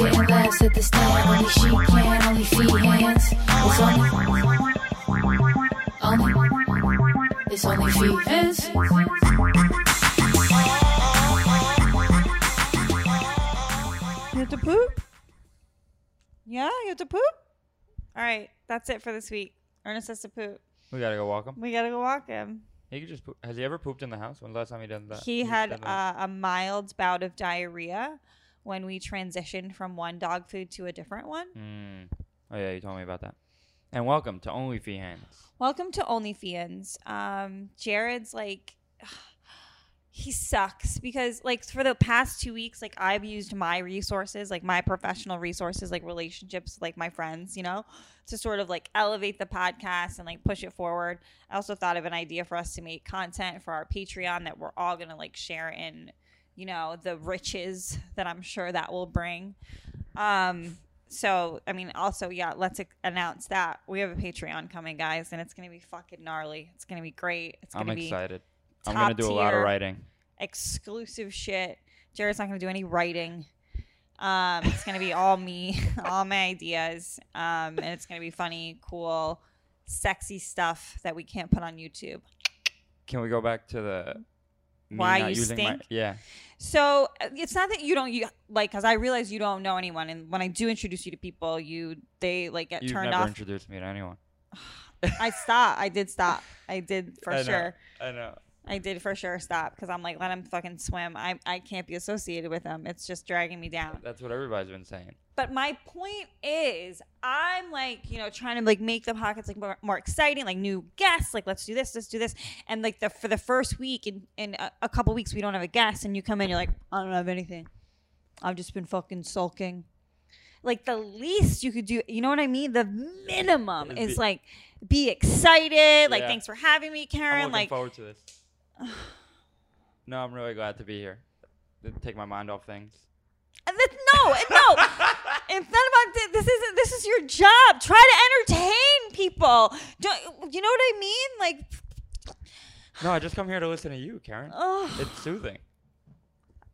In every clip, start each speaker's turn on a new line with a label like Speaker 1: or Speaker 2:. Speaker 1: to the stand. Only she can, only feet, hands. It's only, only, it's only feet, hands.
Speaker 2: You have to poop? Yeah, you have to poop? All right, that's it for this week. Ernest has to poop.
Speaker 3: We gotta go walk him.
Speaker 2: We got to go walk him.
Speaker 3: He could just poop. Has he ever pooped in the house? When the last time he done that?
Speaker 2: he
Speaker 3: He's
Speaker 2: had
Speaker 3: done that?
Speaker 2: uh, a mild bout of diarrhea when we transitioned from one dog food to a different one.
Speaker 3: Mm. Oh yeah, you told me about that. And welcome to Only Fee Hands.
Speaker 2: Welcome to OnlyFans. Um, Jared's like, he sucks because like for the past two weeks, like I've used my resources, like my professional resources, like relationships, like my friends, you know, to sort of like elevate the podcast and like push it forward. I also thought of an idea for us to make content for our Patreon that we're all gonna like share in, you know, the riches that I'm sure that will bring. Um, so I mean, also yeah, let's ex- announce that we have a Patreon coming, guys, and it's gonna be fucking gnarly. It's gonna be great. It's
Speaker 3: I'm
Speaker 2: gonna be
Speaker 3: excited. I'm gonna
Speaker 2: top
Speaker 3: do a lot of
Speaker 2: tier.
Speaker 3: writing.
Speaker 2: exclusive shit. Jared's not gonna do any writing. Um, it's gonna be all me, all my ideas, um, and it's gonna be funny, cool, sexy stuff that we can't put on YouTube.
Speaker 3: Can we go back to the me
Speaker 2: Why
Speaker 3: not
Speaker 2: you
Speaker 3: using my-
Speaker 2: stink?
Speaker 3: yeah.
Speaker 2: So uh, it's not that you don't you, like, because I realize you don't know anyone, and when I do introduce you to people, you they like get
Speaker 3: You've
Speaker 2: turned
Speaker 3: never
Speaker 2: off.
Speaker 3: introduced me to anyone.
Speaker 2: I stop. I did stop. I did for
Speaker 3: I know.
Speaker 2: sure.
Speaker 3: I know.
Speaker 2: I did for sure stop because I'm like, let him fucking swim. I I can't be associated with him. It's just dragging me down.
Speaker 3: That's what everybody's been saying.
Speaker 2: But my point is, I'm like, you know, trying to like make the pockets like more, more exciting, like new guests, like let's do this, let's do this, and like the for the first week in in a, a couple weeks we don't have a guest, and you come in, you're like, I don't have anything, I've just been fucking sulking. Like the least you could do, you know what I mean? The minimum
Speaker 3: It'd
Speaker 2: is
Speaker 3: be-
Speaker 2: like be excited, like
Speaker 3: Yeah.
Speaker 2: thanks for having me,
Speaker 3: I'm
Speaker 2: Karen.
Speaker 3: looking
Speaker 2: Like
Speaker 3: forward to this. no, I'm really glad to be here. To Take my mind off things.
Speaker 2: And that- no, and no. It's not about thi- this. Isn't this is your job? Try to entertain people. Don't you know what I mean? Like,
Speaker 3: No, I just come here to listen to you, Karen.
Speaker 2: oh,
Speaker 3: It's soothing.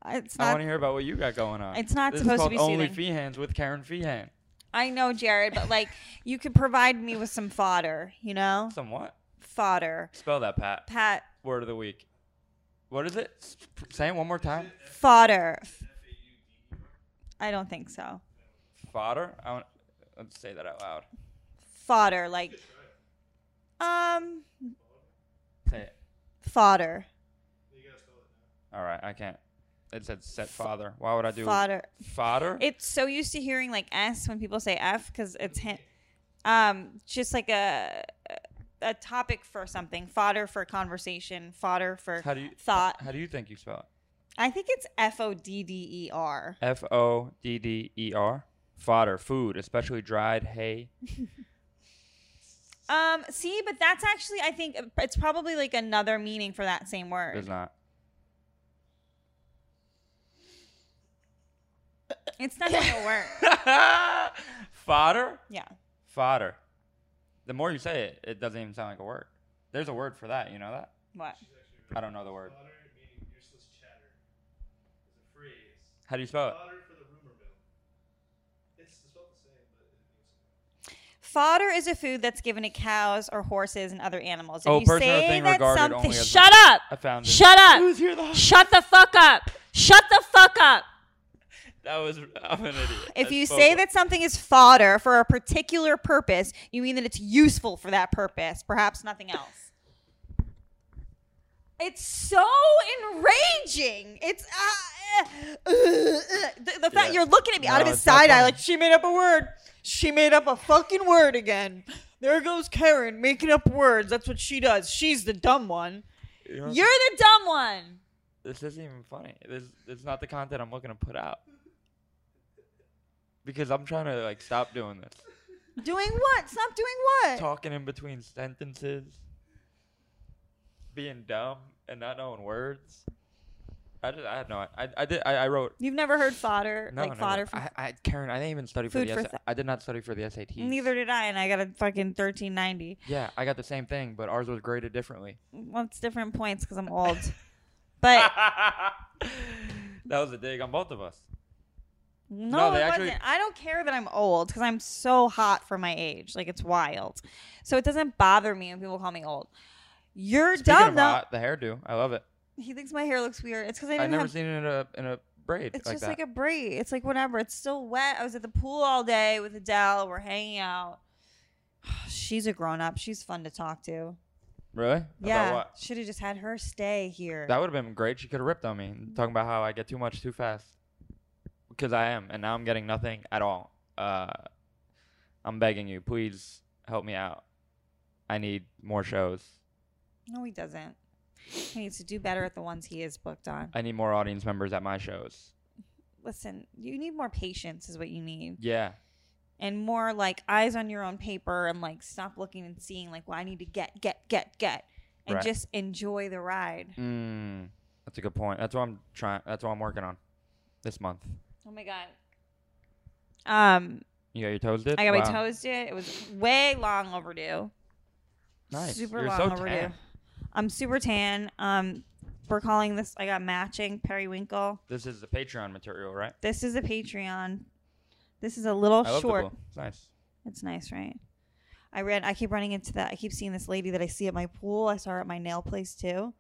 Speaker 2: it's
Speaker 3: I
Speaker 2: not.
Speaker 3: want to hear about what you got going on.
Speaker 2: It's not
Speaker 3: This is
Speaker 2: supposed to
Speaker 3: called
Speaker 2: be
Speaker 3: Only
Speaker 2: soothing.
Speaker 3: Feehands with Karen Feehan.
Speaker 2: I know, Jared, but like, you could provide me with some fodder. You know,
Speaker 3: Somewhat.
Speaker 2: fodder.
Speaker 3: Spell that, Pat.
Speaker 2: Pat,
Speaker 3: Word of the week. What is it? S- Say it one more time.
Speaker 2: fodder. I don't think so.
Speaker 3: Fodder. I want, let's say that out loud.
Speaker 2: Fodder, like, um,
Speaker 3: Say it.
Speaker 2: fodder,
Speaker 3: All right, I can't. It said set father. Why would I do
Speaker 2: fodder.
Speaker 3: fodder?
Speaker 2: It's so used to hearing like S when people say F because it's hint, um, just like a a topic for something, fodder for conversation, fodder for
Speaker 3: how do you
Speaker 2: thought.
Speaker 3: How do you think you spell it?
Speaker 2: I think it's F O D D E R.
Speaker 3: F O D D E R. Fodder, food, especially dried hay.
Speaker 2: Um, see, but that's actually I think it's probably like another meaning for that same
Speaker 3: There's
Speaker 2: word.
Speaker 3: not.
Speaker 2: It's not even a word.
Speaker 3: fodder,
Speaker 2: Yeah.
Speaker 3: fodder. The more you say it, it doesn't even sound like a word. There's a word for that. You know that?
Speaker 2: What?
Speaker 3: I don't know the word.
Speaker 4: Fodder meaning useless chatter. It's a phrase.
Speaker 3: How do you spell it?
Speaker 4: Fodder for the rumor mill. It's it's spelled the same, but it means
Speaker 2: Fodder is a food that's given to cows or horses and other animals. If
Speaker 3: Oh,
Speaker 2: you
Speaker 3: person or
Speaker 2: say
Speaker 3: thing
Speaker 2: that
Speaker 3: regarded
Speaker 2: something,
Speaker 3: only as a-
Speaker 2: shut up!
Speaker 3: I found it.
Speaker 2: Shut
Speaker 3: It
Speaker 2: up!
Speaker 3: was here the whole-
Speaker 2: Shut the fuck up! Shut the fuck up!
Speaker 3: That was. I'm an idiot.
Speaker 2: If
Speaker 3: I
Speaker 2: you
Speaker 3: spoke
Speaker 2: say
Speaker 3: with-
Speaker 2: that something is fodder for a particular purpose, you mean that it's useful for that purpose, perhaps nothing else. It's so enraging. It's uh, uh, uh, the, the fact
Speaker 3: Yeah.
Speaker 2: you're looking at me out of
Speaker 3: No,
Speaker 2: his
Speaker 3: it's not
Speaker 2: side eye
Speaker 3: funny.
Speaker 2: like she made up a word. She made up a fucking word again. There goes Karen making up words. That's what she does. She's the dumb one.
Speaker 3: You know,
Speaker 2: You're the dumb one.
Speaker 3: this isn't even funny. This it's not the content I'm looking to put out. Because I'm trying to like stop doing this,
Speaker 2: Doing what? Stop doing what?
Speaker 3: talking in between sentences, being dumb and not knowing words. I just I had no I I did I, I wrote
Speaker 2: You've never heard fodder
Speaker 3: no,
Speaker 2: like
Speaker 3: no, no.
Speaker 2: fodder from
Speaker 3: I, I Karen I didn't even study for
Speaker 2: Food
Speaker 3: the
Speaker 2: for
Speaker 3: S-
Speaker 2: thought.
Speaker 3: I did not study for the SAT.
Speaker 2: Neither did I, and I got a fucking thirteen ninety.
Speaker 3: Yeah, I got the same thing, but ours was graded differently.
Speaker 2: Well, it's different points because I'm old. But
Speaker 3: Ah! that was a dig on both of us.
Speaker 2: No,
Speaker 3: they
Speaker 2: it
Speaker 3: actually-
Speaker 2: wasn't. I don't care that I'm old because I'm so hot for my age. Like it's wild. So it doesn't bother me when people call me old. You're
Speaker 3: Speaking
Speaker 2: dumb
Speaker 3: of
Speaker 2: though.
Speaker 3: hot, the hairdo, I love it.
Speaker 2: He thinks my hair looks weird. It's because I
Speaker 3: I've
Speaker 2: didn't
Speaker 3: never
Speaker 2: have.
Speaker 3: seen it in a in a braid
Speaker 2: it's
Speaker 3: like
Speaker 2: just
Speaker 3: that.
Speaker 2: like a braid. It's like whatever. It's still wet. I was at the pool all day with Adele. We're hanging out. She's a grown up. She's fun to talk to.
Speaker 3: really? About
Speaker 2: Yeah.
Speaker 3: what?
Speaker 2: Should have just had her stay here.
Speaker 3: That would have been great. She could have ripped on me, talking about how I get too much too fast, because I am, and now I'm getting nothing at all. Uh, I'm begging you, please help me out. I need more shows.
Speaker 2: no, he doesn't. He needs to do better at the ones he is booked on.
Speaker 3: I need more audience members at my shows.
Speaker 2: Listen, you need more patience, is what you need.
Speaker 3: Yeah,
Speaker 2: and more like eyes on your own paper and like stop looking and seeing like well i need to get get get get and
Speaker 3: Right.
Speaker 2: just enjoy the ride
Speaker 3: mm, that's a good point. That's what I'm trying. That's what I'm working on this month.
Speaker 2: oh my god um
Speaker 3: You got your toes did?
Speaker 2: i got my
Speaker 3: Wow.
Speaker 2: toes did it was way long overdue
Speaker 3: Nice.
Speaker 2: super
Speaker 3: You're
Speaker 2: long
Speaker 3: so
Speaker 2: overdue
Speaker 3: tan.
Speaker 2: i'm super tan um we're calling this i got matching periwinkle
Speaker 3: This is the Patreon material, right?
Speaker 2: this is a patreon this is a little
Speaker 3: I love
Speaker 2: short
Speaker 3: the blue. It's nice.
Speaker 2: It's nice, right? I read. I keep running into that. I keep seeing this lady that I see at my pool. I saw her at my nail place too.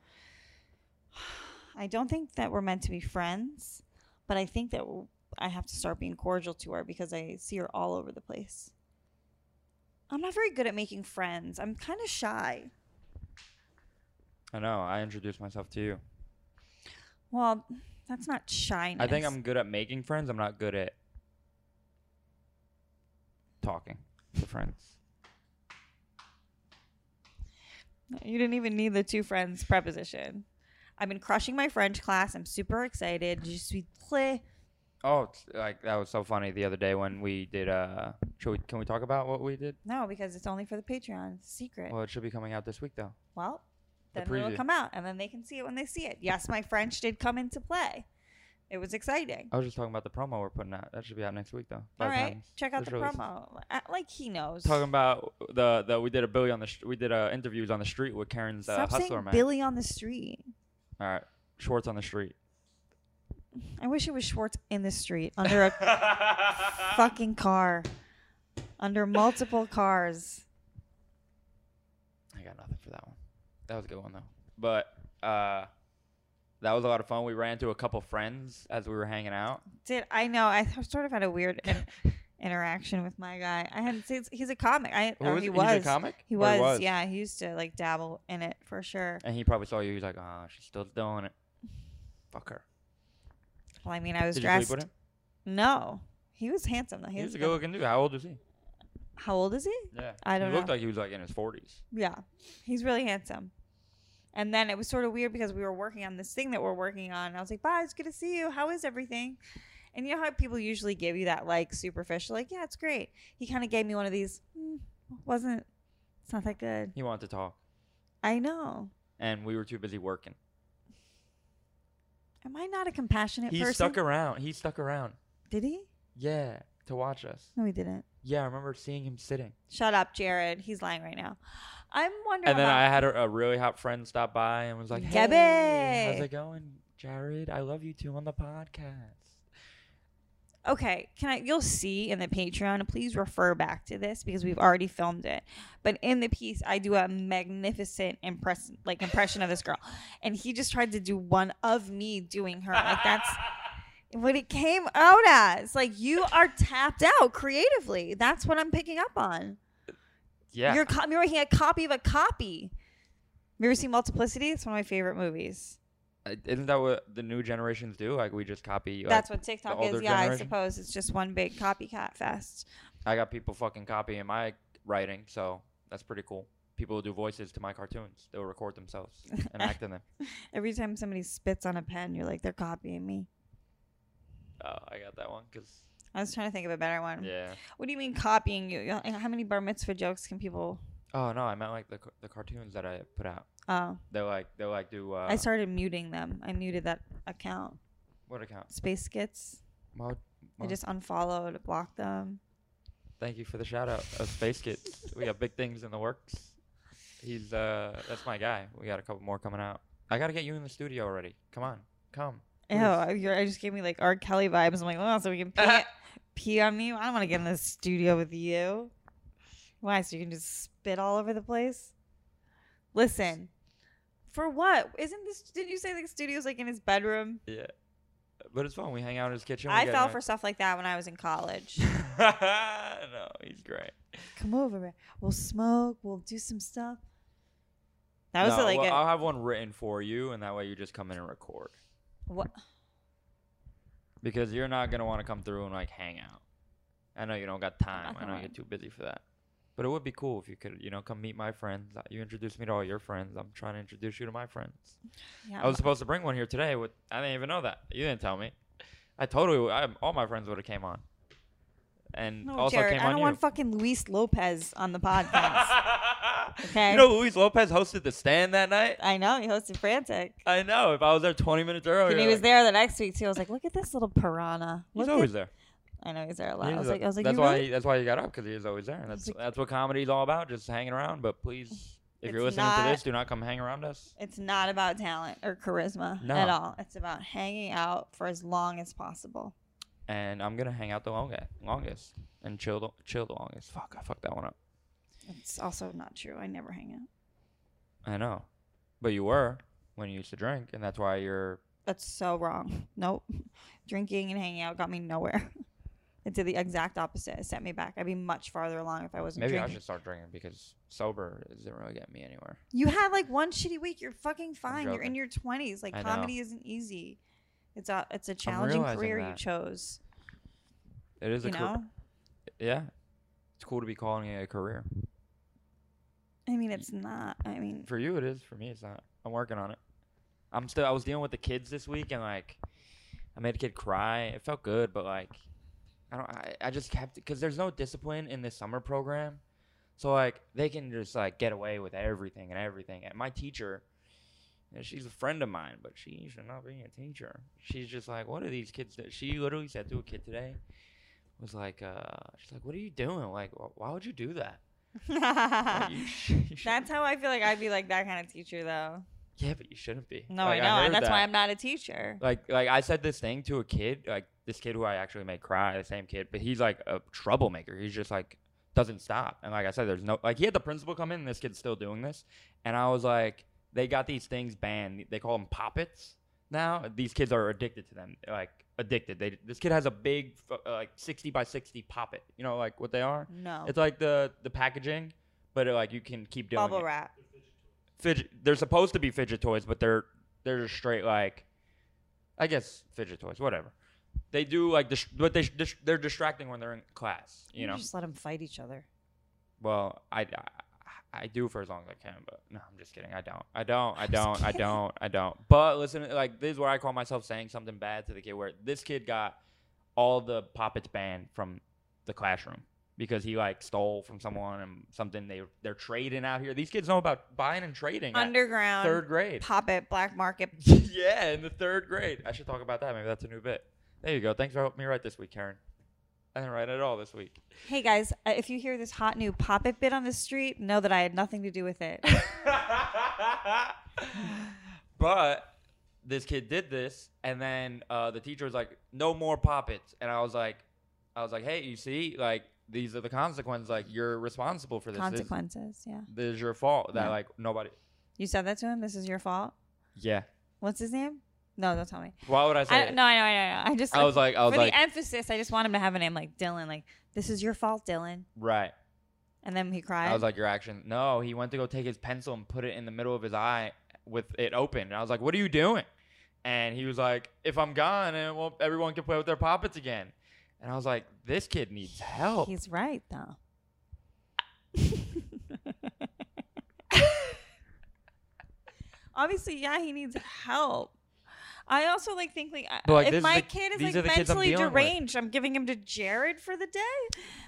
Speaker 2: I don't think that we're meant to be friends, but I think that w- I have to start being cordial to her because I see her all over the place. I'm not very good at making friends. I'm kind of shy.
Speaker 3: I know. I introduced myself to you.
Speaker 2: Well, that's not shyness.
Speaker 3: I think I'm good at making friends. I'm not good at talking to friends.
Speaker 2: You didn't even need the two friends preposition. I've been crushing my French class. I'm super excited. Je suis très
Speaker 3: Oh, it's, like that was so funny the other day when we did. Uh, should we? Can we talk about what we did?
Speaker 2: No, because it's only for the Patreon. It's a secret.
Speaker 3: Well, it should be coming out this week though.
Speaker 2: Well,
Speaker 3: The
Speaker 2: then it'll
Speaker 3: preview.
Speaker 2: come out and then they can see it when they see it. Yes, my French did come into play. It was exciting.
Speaker 3: I was just talking about the promo we're putting out. That should be out next week though. by
Speaker 2: All
Speaker 3: the
Speaker 2: right,
Speaker 3: time
Speaker 2: check out
Speaker 3: this
Speaker 2: the
Speaker 3: releases.
Speaker 2: promo. Uh, Like he knows.
Speaker 3: Talking about the the we did a Billy on the sh- we did uh, interviews on the street with Karen's uh,
Speaker 2: Stop
Speaker 3: hustler
Speaker 2: saying
Speaker 3: man.
Speaker 2: Billy on the street.
Speaker 3: All right, Schwartz on the street.
Speaker 2: I wish it was Schwartz in the street under a fucking car, under multiple cars.
Speaker 3: I got nothing for that one. That was a good one though. But uh, that was a lot of fun. We ran into a couple friends as we were hanging out.
Speaker 2: Did I know? I th- sort of had a weird in- interaction with my guy. I hadn't. seen- He's a comic. I
Speaker 3: Who
Speaker 2: or
Speaker 3: was
Speaker 2: he
Speaker 3: it?
Speaker 2: was.
Speaker 3: He's a comic.
Speaker 2: He
Speaker 3: Or
Speaker 2: was, yeah. He used to like dabble in it for sure.
Speaker 3: And he probably saw you. He's like, oh, she's still doing it. Fuck her.
Speaker 2: Well, I mean, I was
Speaker 3: Did you
Speaker 2: dressed.
Speaker 3: sleep with him?
Speaker 2: No, he was handsome though. He,
Speaker 3: He
Speaker 2: was
Speaker 3: was a
Speaker 2: good-
Speaker 3: good looking dude. How old is he?
Speaker 2: How old is he?
Speaker 3: Yeah.
Speaker 2: I don't
Speaker 3: He looked
Speaker 2: know.
Speaker 3: like he was like in his forties.
Speaker 2: Yeah, he's really handsome. And then it was sort of weird because we were working on this thing that we're working on. And I was like, "Bye, it's good to see you. How is everything?" And you know how people usually give you that like superficial, like, "Yeah, it's great." He kind of gave me one of these. "Mm, wasn't. It's not that good.
Speaker 3: He wanted to talk,
Speaker 2: I know.
Speaker 3: and we were too busy working.
Speaker 2: Am I not a compassionate
Speaker 3: He
Speaker 2: person?
Speaker 3: stuck around. He stuck around.
Speaker 2: Did he?
Speaker 3: Yeah, to watch us.
Speaker 2: No, he didn't.
Speaker 3: Yeah, I remember seeing him sitting.
Speaker 2: Shut up, Jared. He's lying right now. I'm wondering.
Speaker 3: and then
Speaker 2: about-
Speaker 3: I had a, a really hot friend stop by and was like,
Speaker 2: Yeah,
Speaker 3: "Hey, how's
Speaker 2: babe."
Speaker 3: it going, Jared? I love you too on the podcast."
Speaker 2: okay can i you'll see in the patreon and please refer back to this because we've already filmed it but in the piece i do a magnificent impress like impression of this girl and he just tried to do one of me doing her like that's what it came out as like you are tapped out creatively that's what i'm picking up on
Speaker 3: Yeah,
Speaker 2: you're, co- you're making a copy of a copy you ever seen multiplicity it's one of my favorite movies
Speaker 3: Uh, isn't that what the new generations do? Like we just copy. Like,
Speaker 2: that's what tiktok
Speaker 3: older
Speaker 2: is yeah i
Speaker 3: generation?
Speaker 2: suppose it's just one big copycat fest
Speaker 3: I got people fucking copying my writing, so that's pretty cool. People will do voices to my cartoons. They'll record themselves and act in them.
Speaker 2: Every time somebody spits on a pen, you're like, they're copying me.
Speaker 3: Oh, I got that one because
Speaker 2: I was trying to think of a better one.
Speaker 3: yeah.
Speaker 2: What do you mean copying you? You- How many bar mitzvah jokes can people?
Speaker 3: Oh no, I meant like the c- the cartoons that I put out.
Speaker 2: Oh,
Speaker 3: They are like they are like do uh,
Speaker 2: I started muting them. I muted that account.
Speaker 3: what account?
Speaker 2: Space Skits.
Speaker 3: Mo-
Speaker 2: I
Speaker 3: Wow.
Speaker 2: just unfollowed, blocked them.
Speaker 3: Thank you for the shout out of Space Kids. we got big things in the works. He's uh that's my guy. We got a couple more coming out. I gotta get you in the studio already. Come on. Come.
Speaker 2: Ew, I you're- I just gave me like R. Kelly vibes. I'm like, oh, so we can pee, pee on me. I don't want to get in the studio with you. Why? So you can just spit all over the place? Listen, for what? Isn't this? Didn't you say the studio's like in his bedroom?
Speaker 3: Yeah. But it's fun. We hang out in his kitchen. we
Speaker 2: I
Speaker 3: get
Speaker 2: fell for
Speaker 3: drunk.
Speaker 2: stuff like that when I was in college.
Speaker 3: no, he's great.
Speaker 2: Come over, man. we'll smoke, we'll do some stuff. That was
Speaker 3: no,
Speaker 2: like
Speaker 3: well,
Speaker 2: a,
Speaker 3: I'll have one written for you, and that way you just come in and record
Speaker 2: what?
Speaker 3: because you're not gonna want to come through and like hang out. I know you don't got time. I know you're
Speaker 2: Alright.
Speaker 3: too busy for that. But it would be cool if you could, you know, come meet my friends. Uh, You introduce me to all your friends. I'm trying to introduce you to my friends.
Speaker 2: Yeah,
Speaker 3: I was supposed to bring one here today. With I didn't even know that. You didn't tell me. I totally. I, all my friends would have came on, and
Speaker 2: no,
Speaker 3: also
Speaker 2: Jared,
Speaker 3: came
Speaker 2: I
Speaker 3: on
Speaker 2: don't
Speaker 3: you.
Speaker 2: want fucking Luis Lopez on the podcast. Okay.
Speaker 3: You know, Luis Lopez hosted the stand that night.
Speaker 2: I know he hosted Frantic.
Speaker 3: I know. If I was there 20 minutes earlier,
Speaker 2: And he was
Speaker 3: like,
Speaker 2: there the next week too. I was like, look at this little piranha.
Speaker 3: Oh, He's
Speaker 2: Look
Speaker 3: always
Speaker 2: at,
Speaker 3: there.
Speaker 2: I know he's there a lot.
Speaker 3: He's
Speaker 2: I was
Speaker 3: a-
Speaker 2: like, I was like,
Speaker 3: that's
Speaker 2: you
Speaker 3: why.
Speaker 2: really?
Speaker 3: He, that's why he got up because he was always there. And that's
Speaker 2: like-
Speaker 3: that's what comedy's all about. Just hanging around. But please, if you're
Speaker 2: It's
Speaker 3: listening to
Speaker 2: not-
Speaker 3: this, do not come hang around us.
Speaker 2: It's not about talent or charisma
Speaker 3: No.
Speaker 2: at all. It's about hanging out for as long as possible.
Speaker 3: And I'm gonna hang out the longest, longest, and chill, the, chill the longest. Fuck, I fucked that one up.
Speaker 2: It's also not true. I never hang out.
Speaker 3: I know, but you were when you used to drink, and that's why you're.
Speaker 2: That's so wrong. Nope. Drinking and hanging out got me nowhere. It did the exact opposite. It set me back. I'd be much farther along if I wasn't
Speaker 3: Maybe I
Speaker 2: drinking.
Speaker 3: should start drinking because sober doesn't really get me anywhere.
Speaker 2: You had like one shitty week. You're fucking fine. You're in
Speaker 3: joking.
Speaker 2: your twenties. Like
Speaker 3: I know.
Speaker 2: comedy isn't easy. It's a it's a challenging
Speaker 3: realizing
Speaker 2: career you
Speaker 3: that.
Speaker 2: chose.
Speaker 3: It is
Speaker 2: You
Speaker 3: a career.
Speaker 2: know.
Speaker 3: Yeah, it's cool to be calling it a career.
Speaker 2: I mean, it's not. I mean,
Speaker 3: For you, it is. For me, it's not. I'm working on it. I'm still. I was dealing with the kids this week, and like, I made a kid cry. It felt good, but like, I don't. I, I just kept because there's no discipline in this summer program, so like they can just like get away with everything and everything. And my teacher, and she's a friend of mine, but she should not be a teacher. She's just like, what are these kids? Do? She literally said to a kid today, was like, uh, she's like, what are you doing? Like, wh- why would you do that? Like, you sh- you should-
Speaker 2: that's how I feel like I'd be like that kind of teacher though.
Speaker 3: yeah, but you shouldn't be.
Speaker 2: No,
Speaker 3: Like,
Speaker 2: I know,
Speaker 3: heard
Speaker 2: and that's why
Speaker 3: that.
Speaker 2: I'm not a teacher.
Speaker 3: Like, like I said this thing to a kid, like this kid who I actually made cry, the same kid, but he's like a troublemaker. He's just like doesn't stop. And like I said, there's no like he had the principal come in, and this kid's still doing this. And I was like, they got these things banned. They call them poppets now. These kids are addicted to them, like addicted. They this kid has a big fu- uh, like 60 by 60 poppet. You know, like what they are.
Speaker 2: No
Speaker 3: It's like the the packaging, but uh, like you can keep doing
Speaker 2: bubble
Speaker 3: it
Speaker 2: wrap.
Speaker 3: fidget they're supposed to be fidget toys but they're they're just straight like i guess fidget toys whatever they do like dis- but they sh- dis- they're distracting when they're in class you know
Speaker 2: just let them fight each other.
Speaker 3: well I, I i do for as long as i can but no i'm just kidding i don't i don't i don't i don't i don't but listen like this is where i call myself saying something bad to the kid where this kid got all the poppets banned from the classroom because he like stole from someone and something they they're trading out here these kids know about buying and trading at
Speaker 2: Underground,
Speaker 3: third grade
Speaker 2: pop it, black market.
Speaker 3: yeah, in the third grade. I should talk about that. Maybe that's a new bit. There you go. Thanks for helping me write this week, Karen. I didn't write at all this week.
Speaker 2: Hey guys, uh, if you hear this hot new pop it bit on the street, know that I had nothing to do with it.
Speaker 3: but this kid did this, and then uh, the teacher was like, "No more poppets," and I was like, "I was like, hey, you see, like these are the consequences. Like you're responsible for this. This-
Speaker 2: Consequences, yeah.
Speaker 3: This, is your fault. That
Speaker 2: Yeah.
Speaker 3: like nobody.
Speaker 2: You said that to him. This is your fault.
Speaker 3: Yeah.
Speaker 2: What's his name? No, don't tell me.
Speaker 3: Why would I say?
Speaker 2: I,
Speaker 3: it?
Speaker 2: no, I know, I know, I know. I just
Speaker 3: I was like, I was
Speaker 2: for
Speaker 3: like,
Speaker 2: the emphasis, I just want him to have a name like Dylan. Like this is your fault, Dylan.
Speaker 3: right.
Speaker 2: And then he cried.
Speaker 3: I was like, your action. No, he went to go take his pencil and put it in the middle of his eye with it open. And I was like, what are you doing? And he was like, if I'm gone, and well, everyone can play with their poppets again. And I was like, this kid needs help.
Speaker 2: he's right though. Obviously, yeah, he needs help. I also like think like, I-
Speaker 3: But, like, this
Speaker 2: if
Speaker 3: is
Speaker 2: my
Speaker 3: the-
Speaker 2: kid is
Speaker 3: these
Speaker 2: like
Speaker 3: are the kids I'm
Speaker 2: mentally
Speaker 3: dealing with.
Speaker 2: deranged, I'm giving him to Jared for the day.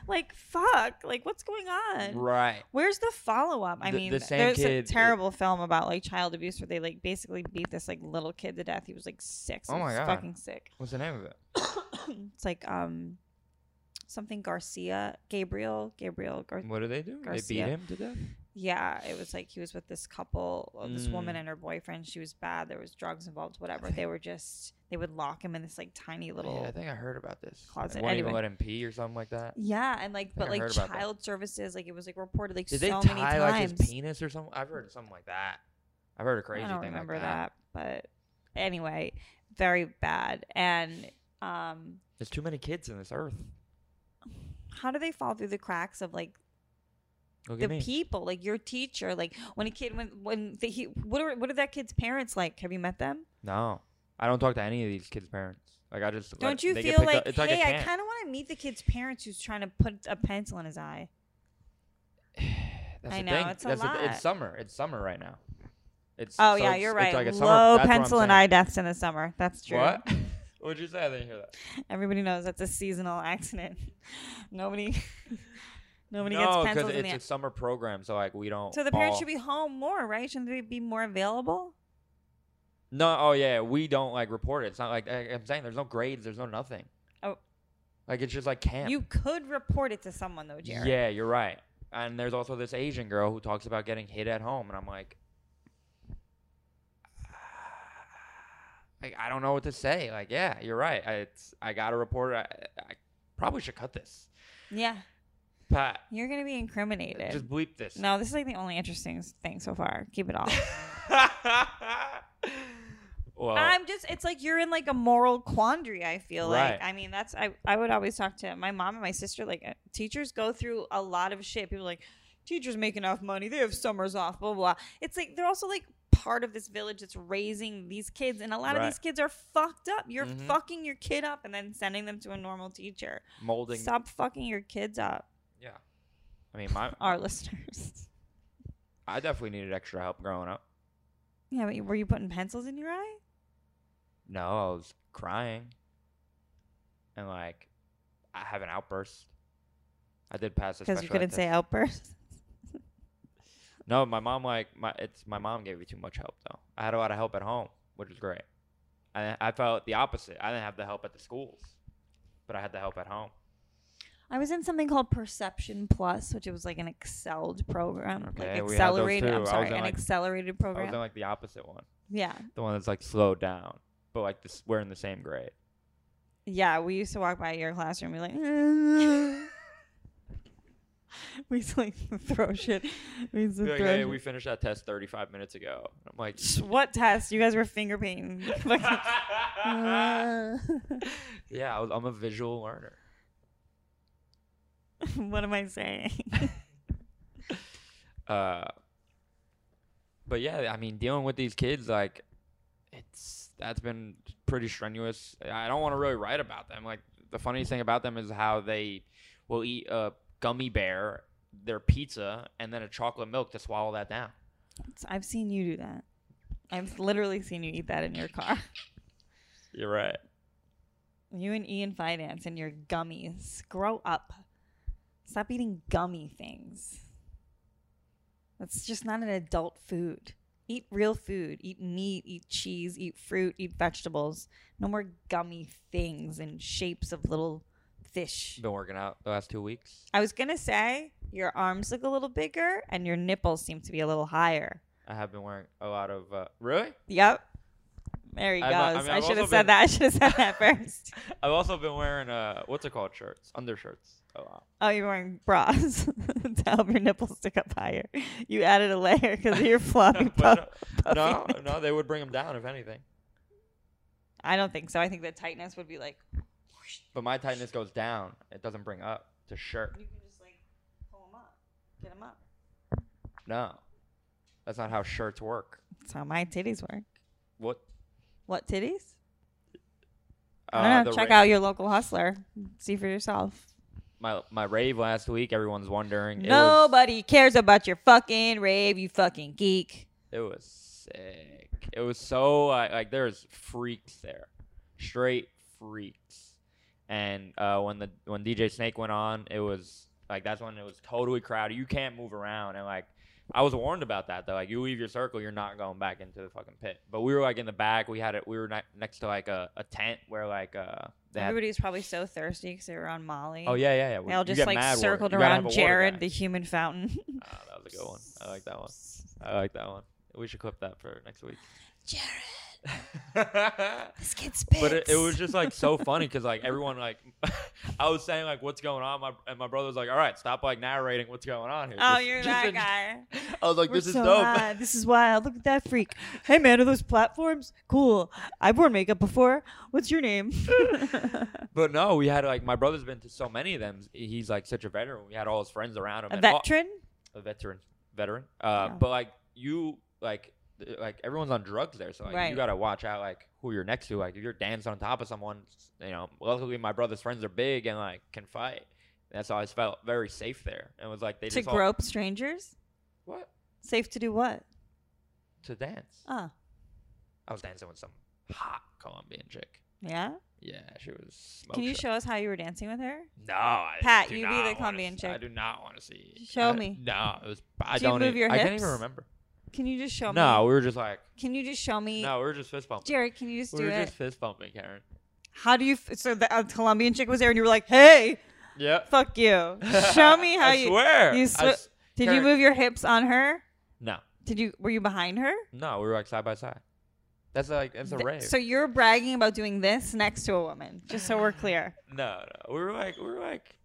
Speaker 2: Like fuck, like what's going on?
Speaker 3: Right.
Speaker 2: Where's the follow up? I
Speaker 3: The-
Speaker 2: mean,
Speaker 3: the same
Speaker 2: there's
Speaker 3: kid-
Speaker 2: a terrible film about like child abuse where they like basically beat this like little kid to death. He was like six.
Speaker 3: Oh
Speaker 2: It
Speaker 3: my
Speaker 2: was
Speaker 3: God.
Speaker 2: fucking sick.
Speaker 3: What's the name of it?
Speaker 2: It's like um, something Garcia, Gabriel, Gabriel. Gar-
Speaker 3: What do they do? They beat
Speaker 2: Garcia.
Speaker 3: him to death?
Speaker 2: yeah, it was like he was with this couple, well, this woman
Speaker 3: Mm.
Speaker 2: and her boyfriend. She was bad. There was drugs involved, whatever. They
Speaker 3: think-
Speaker 2: were just they would lock him in this like tiny little
Speaker 3: Yeah, I think I heard about this.
Speaker 2: closet.
Speaker 3: They won't
Speaker 2: Anyway.
Speaker 3: even let him pee or something like that.
Speaker 2: yeah, and like but
Speaker 3: I
Speaker 2: like
Speaker 3: heard about that.
Speaker 2: child services, like it was like reported like
Speaker 3: Did
Speaker 2: so
Speaker 3: they
Speaker 2: many
Speaker 3: tie like his
Speaker 2: times.
Speaker 3: penis or something? I've heard something like that. I've heard a crazy
Speaker 2: I don't
Speaker 3: thing
Speaker 2: remember
Speaker 3: like that.
Speaker 2: that, but anyway, very bad. And um,
Speaker 3: There's too many kids in this earth.
Speaker 2: how do they fall through the cracks of like
Speaker 3: Look
Speaker 2: the
Speaker 3: at me.
Speaker 2: people, like your teacher, like when a kid when when the, he what are what are that kid's parents like? Have you met them?
Speaker 3: no, I don't talk to any of these kids' parents. Like I just
Speaker 2: Don't
Speaker 3: like,
Speaker 2: you
Speaker 3: they get
Speaker 2: feel
Speaker 3: picked
Speaker 2: like,
Speaker 3: up- it's
Speaker 2: hey,
Speaker 3: a
Speaker 2: I
Speaker 3: camp.
Speaker 2: kind of want to meet the kid's parents who's trying to put a pencil in his eye.
Speaker 3: That's
Speaker 2: I
Speaker 3: the
Speaker 2: know,
Speaker 3: thing.
Speaker 2: it's a
Speaker 3: That's the th-
Speaker 2: lot.
Speaker 3: it's summer. It's summer right now. It's
Speaker 2: Oh
Speaker 3: so
Speaker 2: yeah,
Speaker 3: it's-
Speaker 2: you're
Speaker 3: it's
Speaker 2: right.
Speaker 3: like a summer-
Speaker 2: Low
Speaker 3: that's what I'm
Speaker 2: pencil and
Speaker 3: saying.
Speaker 2: eye deaths in the summer. That's true.
Speaker 3: What? What'd you say? I didn't hear that.
Speaker 2: Everybody knows that's a seasonal accident. nobody, nobody
Speaker 3: no,
Speaker 2: gets pencils in
Speaker 3: it's
Speaker 2: the
Speaker 3: a summer program, so like we don't.
Speaker 2: So the parents
Speaker 3: all-
Speaker 2: should be home more, right? Shouldn't they be more available?
Speaker 3: No, oh yeah, we don't like report it. It's not like I, I'm saying. There's no grades. There's no nothing.
Speaker 2: Oh.
Speaker 3: Like it's just like camp.
Speaker 2: You could report it to someone though, Jared.
Speaker 3: Yeah, you're right. And there's also this Asian girl who talks about getting hit at home, and I'm like, like I don't know what to say. Like, yeah, you're right. I, it's I gotta report. it. I, I probably should cut this.
Speaker 2: Yeah,
Speaker 3: Pat,
Speaker 2: you're gonna be incriminated.
Speaker 3: just bleep this.
Speaker 2: no, this is like the only interesting s- thing so far. Keep it off.
Speaker 3: well,
Speaker 2: I'm just it's like you're in like a moral quandary, I feel like.
Speaker 3: Right.
Speaker 2: I mean, that's I I would always talk to my mom and my sister like uh, teachers go through a lot of shit. People are like teachers make enough money. They have summers off, blah blah. blah." It's like they're also like part of this village that's raising these kids and a lot of
Speaker 3: Right.
Speaker 2: these kids are fucked up. You're
Speaker 3: Mhm.
Speaker 2: fucking your kid up and then sending them to a normal teacher.
Speaker 3: molding.
Speaker 2: Stop fucking your kids up,
Speaker 3: Yeah, I mean, my
Speaker 2: our listeners.
Speaker 3: I definitely needed extra help growing up.
Speaker 2: yeah, but you- were you putting pencils in your eye?
Speaker 3: No, I was crying. And like, I have an outburst. I did pass a
Speaker 2: Because
Speaker 3: special
Speaker 2: you couldn't
Speaker 3: ed
Speaker 2: say
Speaker 3: test.
Speaker 2: outburst.
Speaker 3: No, my mom like my it's my mom gave me too much help though. I had a lot of help at home, which was great. I I felt the opposite. I didn't have the help at the schools, but I had the help at home.
Speaker 2: I was in something called Perception Plus, which was like an Excelled program,
Speaker 3: Okay, we had
Speaker 2: like
Speaker 3: those
Speaker 2: accelerated.
Speaker 3: too. I
Speaker 2: I'm
Speaker 3: was
Speaker 2: sorry,
Speaker 3: in,
Speaker 2: an
Speaker 3: like-
Speaker 2: accelerated
Speaker 3: I was
Speaker 2: program.
Speaker 3: in like the opposite one,
Speaker 2: yeah,
Speaker 3: the one that's like slowed down, but like this we're in the same grade.
Speaker 2: yeah. We used to walk by your classroom, be like, "Mm." we used to like throw shit. We used to
Speaker 3: Be like,
Speaker 2: throw.
Speaker 3: hey,
Speaker 2: shit.
Speaker 3: we finished that test 35 minutes ago. And I'm like,
Speaker 2: what test? You guys were finger painting. Fucking- Uh,
Speaker 3: yeah, I was, I'm a visual learner.
Speaker 2: what am I saying?
Speaker 3: Uh, but yeah, I mean, dealing with these kids, like, it's that's been pretty strenuous. I don't want to really write about them. Like, the funniest thing about them is how they will eat a gummy bear, their pizza, and then a chocolate milk to swallow that down.
Speaker 2: I've seen you do that. I've literally seen you eat that in your car.
Speaker 3: You're right.
Speaker 2: You and Ian Finance and your gummies. Grow up. Stop eating gummy things. That's just not an adult food. Eat real food. Eat meat, eat cheese, eat fruit, eat vegetables. No more gummy things and shapes of little fish.
Speaker 3: Been working out the last two weeks.
Speaker 2: I was going to say your arms look a little bigger and your nipples seem to be a little higher.
Speaker 3: I have been wearing a lot of. Uh, really?
Speaker 2: Yep. There he goes.
Speaker 3: I've- uh, I
Speaker 2: I,
Speaker 3: mean, I've
Speaker 2: should have
Speaker 3: also
Speaker 2: said
Speaker 3: been-
Speaker 2: that. I should have said that first.
Speaker 3: I've also been wearing uh, what's it called? Shirts, undershirts. A lot.
Speaker 2: Oh, you're wearing bras to help your nipples stick up higher. You added a layer because of your floppy puff.
Speaker 3: But uh, no, no, no, they would bring them down if anything.
Speaker 2: I don't think so. I think the tightness would be like
Speaker 3: But my tightness goes down. It doesn't bring up to shirt.
Speaker 2: you can just like pull them up, get them up.
Speaker 3: No, that's not how shirts work.
Speaker 2: That's how my titties work.
Speaker 3: What?
Speaker 2: What titties?
Speaker 3: Uh,
Speaker 2: I don't know.
Speaker 3: the
Speaker 2: Check
Speaker 3: ra-
Speaker 2: out your local hustler. See for yourself.
Speaker 3: my my rave last week. Everyone's wondering.
Speaker 2: Nobody cares about your fucking rave, you fucking geek.
Speaker 3: It was, it was sick. It was so like, like there's freaks there, straight freaks. And uh, when the when DJ Snake went on, it was like that's when it was totally crowded. You can't move around and like I was warned about that though. Like you leave your circle, you're not going back into the fucking pit. But we were like in the back. We had it. We were ne- next to like a, a tent where like uh. They had,
Speaker 2: Everybody was probably so thirsty because they were on Molly.
Speaker 3: oh yeah, yeah, yeah. We-
Speaker 2: They all
Speaker 3: you
Speaker 2: just
Speaker 3: get
Speaker 2: like
Speaker 3: mad water.
Speaker 2: circled
Speaker 3: You gotta have a
Speaker 2: around
Speaker 3: water
Speaker 2: Jared,
Speaker 3: guy.
Speaker 2: the human fountain.
Speaker 3: Ah, that was a good one. I like that one. I like that one. We should clip that for next week.
Speaker 2: Jared,
Speaker 3: but
Speaker 2: this kid's big.
Speaker 3: it, it was just like so funny because like everyone like I was saying like what's going on, my, and my brother was like, all right, stop like narrating what's going on here.
Speaker 2: Oh,
Speaker 3: Just-
Speaker 2: you're
Speaker 3: just
Speaker 2: that
Speaker 3: en-
Speaker 2: guy.
Speaker 3: I was like,
Speaker 5: We're
Speaker 3: this is
Speaker 5: so
Speaker 3: dope.
Speaker 5: live. This is wild. Look at that freak. Hey man, are those platforms? Cool. I've worn makeup before. What's your name?
Speaker 3: But no, we had like my brother's been to so many of them. He's like such a veteran. We had all his friends around him.
Speaker 5: A
Speaker 3: and all-
Speaker 5: veteran?
Speaker 3: a veteran, veteran. Uh,
Speaker 5: Yeah.
Speaker 3: But like you, like th- like everyone's on drugs there, so like you
Speaker 2: Right.
Speaker 3: gotta watch out like who you're next to. Like if you're dancing on top of someone, s- you know. Luckily, my brother's friends are big and like can fight. That's how I felt very safe there, and was like they
Speaker 5: To
Speaker 3: just all-
Speaker 5: grope strangers?
Speaker 3: what
Speaker 5: Safe to do what?
Speaker 3: to dance.
Speaker 2: Uh.
Speaker 5: Oh.
Speaker 3: I was dancing with some hot Colombian chick.
Speaker 5: Yeah.
Speaker 3: Yeah, she was.
Speaker 2: Can you
Speaker 3: smoke
Speaker 2: show us how you were dancing with her?
Speaker 3: show? No, I
Speaker 2: Pat,
Speaker 3: do
Speaker 2: you be
Speaker 3: not
Speaker 2: the
Speaker 3: wanna
Speaker 2: Colombian
Speaker 3: s-
Speaker 2: chick.
Speaker 3: I do not want to see.
Speaker 5: Show
Speaker 3: I-
Speaker 5: me.
Speaker 3: No, it was. I
Speaker 2: Do you
Speaker 3: don't.
Speaker 2: move
Speaker 3: even,
Speaker 2: your
Speaker 3: I can't even
Speaker 2: hips?
Speaker 3: remember.
Speaker 2: Can you just show me?
Speaker 3: No, we were just like.
Speaker 2: Can you just show me?
Speaker 3: No, we were just fist bumping.
Speaker 2: Jared, can you just
Speaker 3: we
Speaker 2: do
Speaker 3: were
Speaker 2: it?
Speaker 3: just fist bumping, Karen.
Speaker 5: How do you f- so the a Colombian chick was there and you were like, "Hey,
Speaker 3: Yep.
Speaker 5: fuck you. Show me how
Speaker 3: I
Speaker 5: you
Speaker 3: Swear.
Speaker 5: you
Speaker 3: I
Speaker 5: swe-
Speaker 3: s-
Speaker 5: Did you
Speaker 3: Karen-
Speaker 5: move your hips on her?
Speaker 3: No,
Speaker 5: Did you were you behind her?
Speaker 3: no, we were like side by side. That's like that's a
Speaker 2: Th-
Speaker 3: rave.
Speaker 2: So you're bragging about doing this next to a woman, just so we're clear.
Speaker 3: no, no, we were like we were like.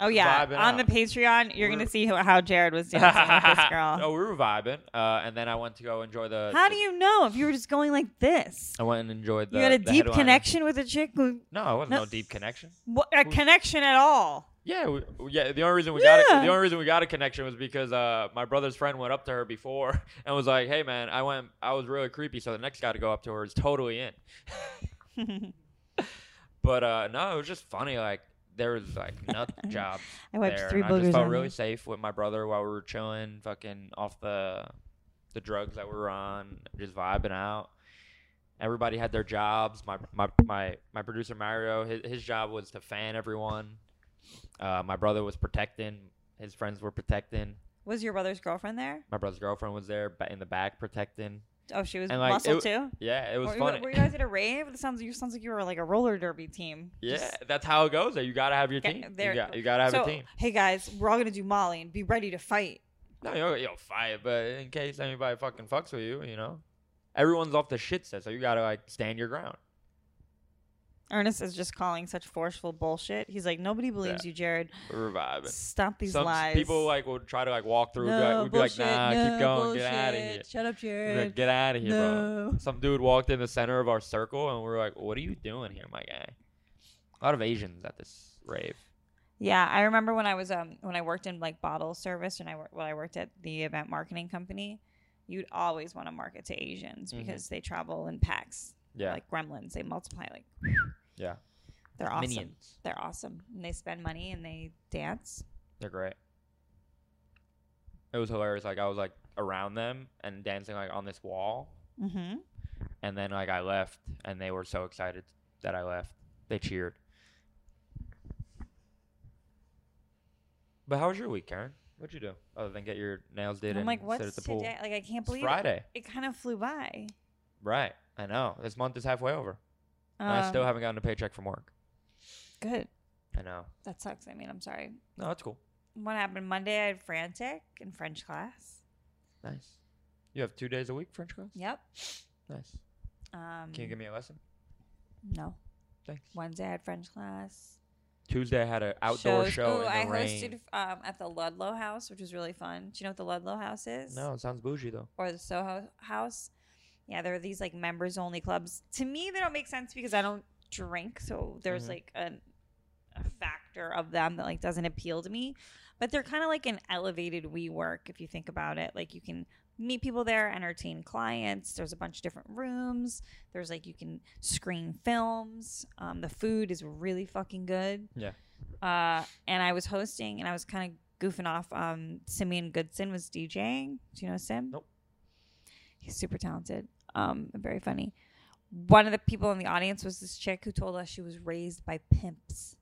Speaker 2: Oh yeah,
Speaker 3: Vibing
Speaker 2: on
Speaker 3: out.
Speaker 2: the Patreon, you're gonna
Speaker 3: We're-
Speaker 2: see how, how Jared was dancing with this girl.
Speaker 3: no, we were vibing, uh, and then I went to go enjoy the.
Speaker 5: How
Speaker 3: the-
Speaker 5: do you know if you were just going like this?
Speaker 3: I went and enjoyed the.
Speaker 5: you had a
Speaker 3: the
Speaker 5: deep
Speaker 3: headliner.
Speaker 5: connection with a chick who
Speaker 3: No, it wasn't
Speaker 5: No.
Speaker 3: no deep connection.
Speaker 5: what, a connection at all.
Speaker 3: Yeah, we, yeah. The only reason we got
Speaker 5: Yeah.
Speaker 3: it, the only reason we got a connection was because uh, my brother's friend went up to her before and was like, "Hey, man, I went, I was really creepy, so the next guy to go up to her is totally in." but uh, no, it was just funny. Like there was like nut jobs.
Speaker 5: I wiped
Speaker 3: there,
Speaker 5: three
Speaker 3: and I
Speaker 5: boogers
Speaker 3: just felt
Speaker 5: on
Speaker 3: really
Speaker 5: you.
Speaker 3: safe with my brother while we were chilling, fucking off the the drugs that we were on, just vibing out. Everybody had their jobs. My my my, my producer Mario, his, his job was to fan everyone. Uh, my brother was protecting. His friends were protecting.
Speaker 2: Was your brother's girlfriend there?
Speaker 3: My brother's girlfriend was there ba- in the back protecting.
Speaker 2: Oh, she was
Speaker 3: And, like,
Speaker 2: muscle
Speaker 3: it
Speaker 2: too.
Speaker 3: Yeah, it was
Speaker 2: were, you-
Speaker 3: funny.
Speaker 2: were you guys at a rave? It sounds you sounds like you were like a roller derby team.
Speaker 3: yeah,
Speaker 2: Just-
Speaker 3: that's how it goes. There, you gotta have your
Speaker 2: Okay,
Speaker 3: team. You,
Speaker 2: there-
Speaker 3: got, you gotta have
Speaker 2: so,
Speaker 3: a team.
Speaker 2: hey guys, we're all gonna do Molly and be ready to fight.
Speaker 3: No, you'll, you'll fight, but in case anybody fucking fucks with you, you know, everyone's off the shit set, so you gotta like stand your ground.
Speaker 2: Ernest is just calling such forceful bullshit. He's like, nobody believes you, Jared.
Speaker 3: We're vibing.
Speaker 2: Stop these
Speaker 3: Some s-
Speaker 2: lies.
Speaker 3: people like will try to like walk through. be like, we'd be like, nah, keep going, get out of here.
Speaker 5: Shut up,
Speaker 3: We'd be like,
Speaker 5: Jared.
Speaker 3: get out of here,
Speaker 5: No.
Speaker 3: bro. Some dude walked in the center of our circle, and we are like, what are you doing here, my guy? A lot of Asians at this rave.
Speaker 2: Yeah, I remember when I was um when I worked in like bottle service and I wor- when I worked at the event marketing company, you'd always want to market to Asians
Speaker 3: Mhm.
Speaker 2: because they travel in packs.
Speaker 3: Yeah,
Speaker 2: Like gremlins, they multiply like
Speaker 3: yeah.
Speaker 2: they're awesome.
Speaker 3: Minions.
Speaker 2: They're awesome. And they spend money and they dance.
Speaker 3: They're great. It was hilarious. Like I was like around them and dancing like on this wall,
Speaker 2: Mm-hmm.
Speaker 3: and then like I left, and they were so excited that I left. They cheered. But how was your week, Karen? What'd you do other than get your nails did
Speaker 2: I'm
Speaker 3: and
Speaker 2: like,
Speaker 3: sit
Speaker 2: what's
Speaker 3: at the pool?
Speaker 2: today? Like I can't
Speaker 3: It's
Speaker 2: believe
Speaker 3: Friday,
Speaker 2: it, kind of flew by.
Speaker 3: right? I know this month is halfway over, and I still
Speaker 2: Um,
Speaker 3: haven't gotten a paycheck from work.
Speaker 2: good.
Speaker 3: I know.
Speaker 2: That sucks. I mean, I'm sorry.
Speaker 3: No, that's cool.
Speaker 2: What happened Monday? I had frantic in French class.
Speaker 3: Nice. You have two days a week French class.
Speaker 2: Yep.
Speaker 3: Nice.
Speaker 2: Um,
Speaker 3: Can you give me a lesson?
Speaker 2: no.
Speaker 3: Thanks.
Speaker 2: Wednesday I had French class.
Speaker 3: Tuesday I had an outdoor
Speaker 2: shows.
Speaker 3: show
Speaker 2: Ooh,
Speaker 3: in the
Speaker 2: I
Speaker 3: rain.
Speaker 2: hosted um, at the Ludlow House, which was really fun. Do you know what the Ludlow House is?
Speaker 3: No, it sounds bougie though.
Speaker 2: Or the Soho House? Yeah, there are these like members only clubs. To me, they don't make sense because I don't drink, so there's
Speaker 3: Mhm.
Speaker 2: like an, a factor of them that like doesn't appeal to me. But they're kind of like an elevated we work if you think about it. Like you can meet people there, entertain clients. There's a bunch of different rooms. There's like you can screen films. Um, the food is really fucking good.
Speaker 3: Yeah.
Speaker 2: Uh, and I was hosting, and I was kind of goofing off. Um, Simeon Goodson was DJing. Do you know Sim?
Speaker 3: Nope.
Speaker 2: He's super talented. Um, and very funny. One of the people in the audience was this chick who told us she was raised by pimps,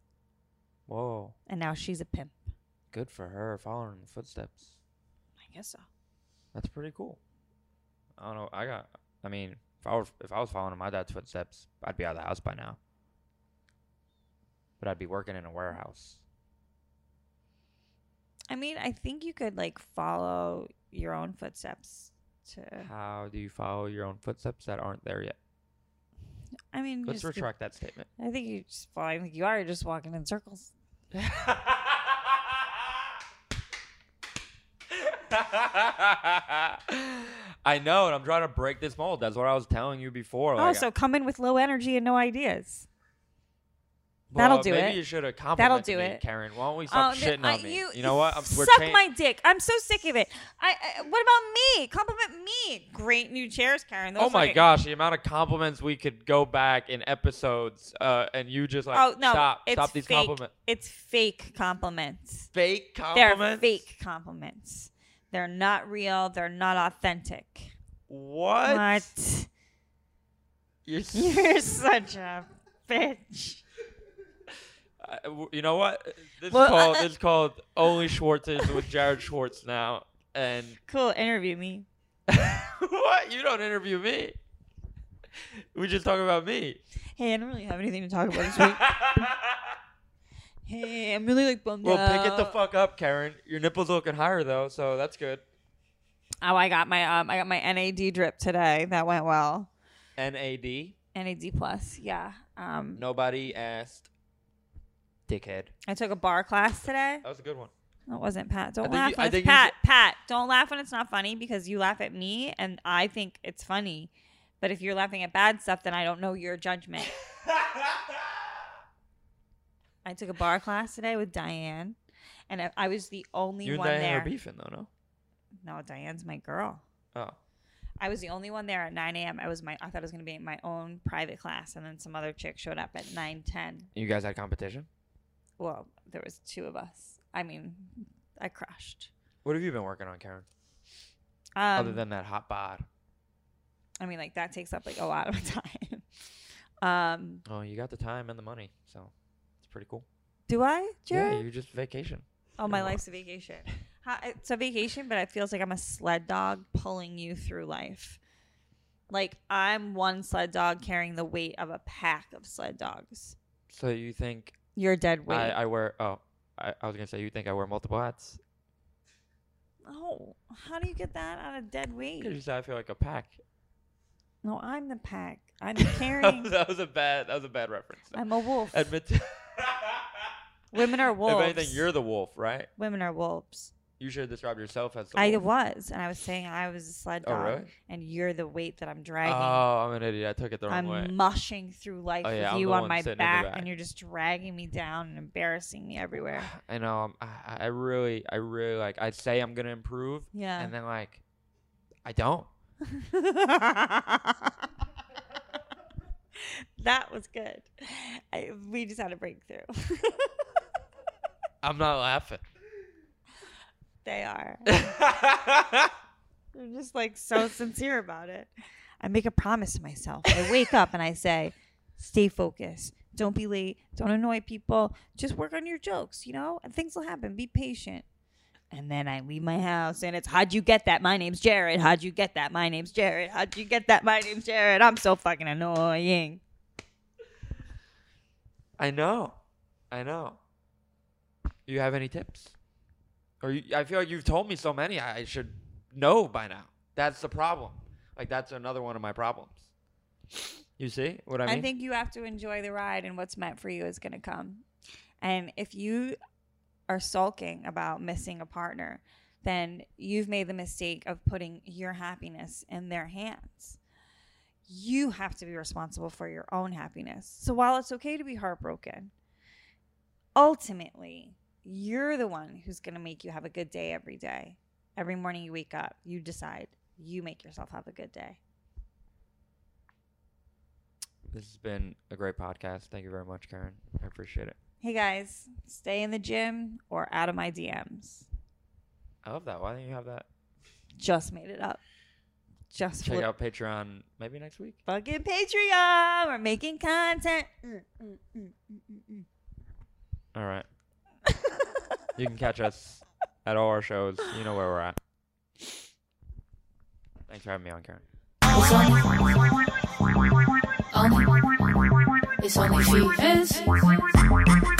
Speaker 3: Whoa,
Speaker 2: and now she's a pimp.
Speaker 3: good for her, following in the footsteps.
Speaker 2: My
Speaker 5: guess so.
Speaker 3: That's pretty cool. I don't know. I got. I mean, if I was if I was following in my dad's footsteps, I'd be out of the house by now. But I'd be working in a warehouse.
Speaker 2: I mean, I think you could like follow your own footsteps to.
Speaker 3: How do you follow your own footsteps that aren't there yet?
Speaker 2: I mean,
Speaker 3: Let's
Speaker 2: just go-
Speaker 3: retract that statement.
Speaker 2: I think you just. Well, I think you are just walking in circles.
Speaker 3: I know, and I'm trying to break this mold. That's what I was telling you before.
Speaker 2: Oh,
Speaker 3: like,
Speaker 2: so come in with low energy and no ideas.
Speaker 3: well,
Speaker 2: that'll do
Speaker 3: maybe
Speaker 2: it.
Speaker 3: you should have complimented
Speaker 2: do
Speaker 3: me,
Speaker 2: it.
Speaker 3: Karen. Why don't we stop
Speaker 2: Oh, th-
Speaker 3: shitting
Speaker 2: I-
Speaker 3: on me? You, know what? I'm, we're
Speaker 2: suck
Speaker 3: cha-
Speaker 2: my dick. I'm so sick of it. I, I what about me? Compliment me. Great new chairs, Karen. Those
Speaker 3: Oh my
Speaker 2: fucking-
Speaker 3: gosh, the amount of compliments we could go back in episodes, uh, and you just like
Speaker 2: Oh no,
Speaker 3: stop,
Speaker 2: it's
Speaker 3: stop these
Speaker 2: fake.
Speaker 3: compliments.
Speaker 2: It's fake compliments.
Speaker 3: Fake
Speaker 2: They're
Speaker 3: compliments.
Speaker 2: fake compliments. They're not real. They're not authentic.
Speaker 3: What?
Speaker 2: What?
Speaker 3: You're s- uh,
Speaker 2: You're such a bitch.
Speaker 3: I- w- you know what? This
Speaker 2: Well, uh,
Speaker 3: is called
Speaker 2: I-
Speaker 3: this is called Only Schwartz's with Jared Schwartz now. And
Speaker 2: Cool. Interview me.
Speaker 3: what? You don't interview me. We just talk about me.
Speaker 5: Hey, I don't really have anything to talk about this week. hey, I'm really like bummed
Speaker 3: well,
Speaker 5: out.
Speaker 3: pick it the fuck up, Karen. Your nipples looking higher though, so that's good.
Speaker 2: Oh, I got my um, I got my NAD drip today. That went well.
Speaker 3: NAD.
Speaker 2: NAD plus. Yeah. Um,
Speaker 3: Nobody asked. Dickhead.
Speaker 2: I took a bar class today.
Speaker 3: That was a good one.
Speaker 2: That wasn't Pat. Don't
Speaker 3: think
Speaker 2: laugh.
Speaker 3: you- I
Speaker 2: when
Speaker 3: think
Speaker 2: it's
Speaker 3: you
Speaker 2: Pat, Pat, don't laugh when it's not funny because you laugh at me and I think it's funny. But if you're laughing at bad stuff, then I don't know your judgment. I took a bar class today with Diane, and I- I was the only
Speaker 3: You and
Speaker 2: one
Speaker 3: Diane
Speaker 2: there.
Speaker 3: are beefing though, no?
Speaker 2: No, Diane's my girl.
Speaker 3: Oh.
Speaker 2: I was the only one there at 9 a.m. I was my I thought it was gonna be my own private class, and then some other chick showed up at 9:10.
Speaker 3: You guys had competition?
Speaker 2: Well, there was two of us. I mean, I crushed.
Speaker 3: What have you been working on, Karen?
Speaker 2: Um,
Speaker 3: Other than that hot bod.
Speaker 2: I mean, like that takes up like a lot of time. Um,
Speaker 3: Oh, you got the time and the money, so it's pretty cool.
Speaker 2: do I, Jared?
Speaker 3: Yeah, you just vacation.
Speaker 2: oh, my
Speaker 3: you're-
Speaker 2: life's a vacation. Ha- It's a vacation, but it feels like I'm a sled dog pulling you through life. Like I'm one sled dog carrying the weight of a pack of sled dogs.
Speaker 3: So you think
Speaker 2: You're dead weight.
Speaker 3: I, I wear oh I, I was gonna say you think I wear multiple hats?
Speaker 2: oh, how do you get that out of dead
Speaker 3: Because you
Speaker 2: weight?
Speaker 3: said I feel like a pack.
Speaker 2: No, I'm the pack. I'm
Speaker 3: that, was,
Speaker 2: carrying.
Speaker 3: that was a bad that was a bad reference.
Speaker 2: I'm a wolf.
Speaker 3: Admit to-
Speaker 2: Women are
Speaker 3: If
Speaker 2: wolves.
Speaker 3: anything, you're the wolf, right?
Speaker 2: Women are wolves.
Speaker 3: You should describe yourself as the
Speaker 2: I
Speaker 3: wolf.
Speaker 2: was, and I was saying I was a sled
Speaker 3: Oh,
Speaker 2: dog,
Speaker 3: really?
Speaker 2: and you're the weight that I'm
Speaker 3: Oh,
Speaker 2: dragging.
Speaker 3: I'm an idiot. I took it the wrong
Speaker 2: I'm
Speaker 3: way.
Speaker 2: mushing through life
Speaker 3: Oh, yeah, I'm
Speaker 2: with you
Speaker 3: the
Speaker 2: on
Speaker 3: one
Speaker 2: my
Speaker 3: sitting in
Speaker 2: back,
Speaker 3: the back.
Speaker 2: and you're just dragging me down and embarrassing me everywhere.
Speaker 3: I know. I'm, I, I really, I really like. I say I'm gonna improve,
Speaker 2: Yeah.
Speaker 3: and then like, I don't.
Speaker 2: that was good. I, we just had a breakthrough.
Speaker 3: I'm not laughing.
Speaker 2: they are.
Speaker 3: That's
Speaker 2: They're just like so sincere about it. I make a promise to myself. I wake up and I say, stay focused. Don't be late. Don't annoy people. Just work on your jokes, you know, and things will happen. Be patient. And then I leave my house and it's, how'd you get that? My name's Jared. How'd you get that? My name's Jared. How'd you get that? My name's Jared. I'm so fucking annoying.
Speaker 3: I know. I know. You have any tips? Or you, I feel like you've told me so many. I, I should know by now. That's the problem. Like that's another one of my problems. You see what I
Speaker 2: I,
Speaker 3: mean?
Speaker 2: think you have to enjoy the ride, and what's meant for you is going to come. And if you are sulking about missing a partner, then you've made the mistake of putting your happiness in their hands. You have to be responsible for your own happiness. So while it's okay to be heartbroken, ultimately, you're the one who's going to make you have a good day every day. Every morning you wake up, you decide, you make yourself have a good day.
Speaker 3: this has been a great podcast. Thank you very much, Karen. I appreciate it.
Speaker 2: Hey guys, stay in the gym or out of my DMs.
Speaker 3: I love that. Why don't you have that?
Speaker 2: Just made it up. Just
Speaker 3: Check
Speaker 2: flip-
Speaker 3: out Patreon maybe next week.
Speaker 2: fucking Patreon. We're making content. Mm, mm, mm, mm, mm, mm.
Speaker 3: All right. you can catch us at all our shows. You know where we're at. Thanks for having me on, Karen.
Speaker 1: It's only, only, it's only she is.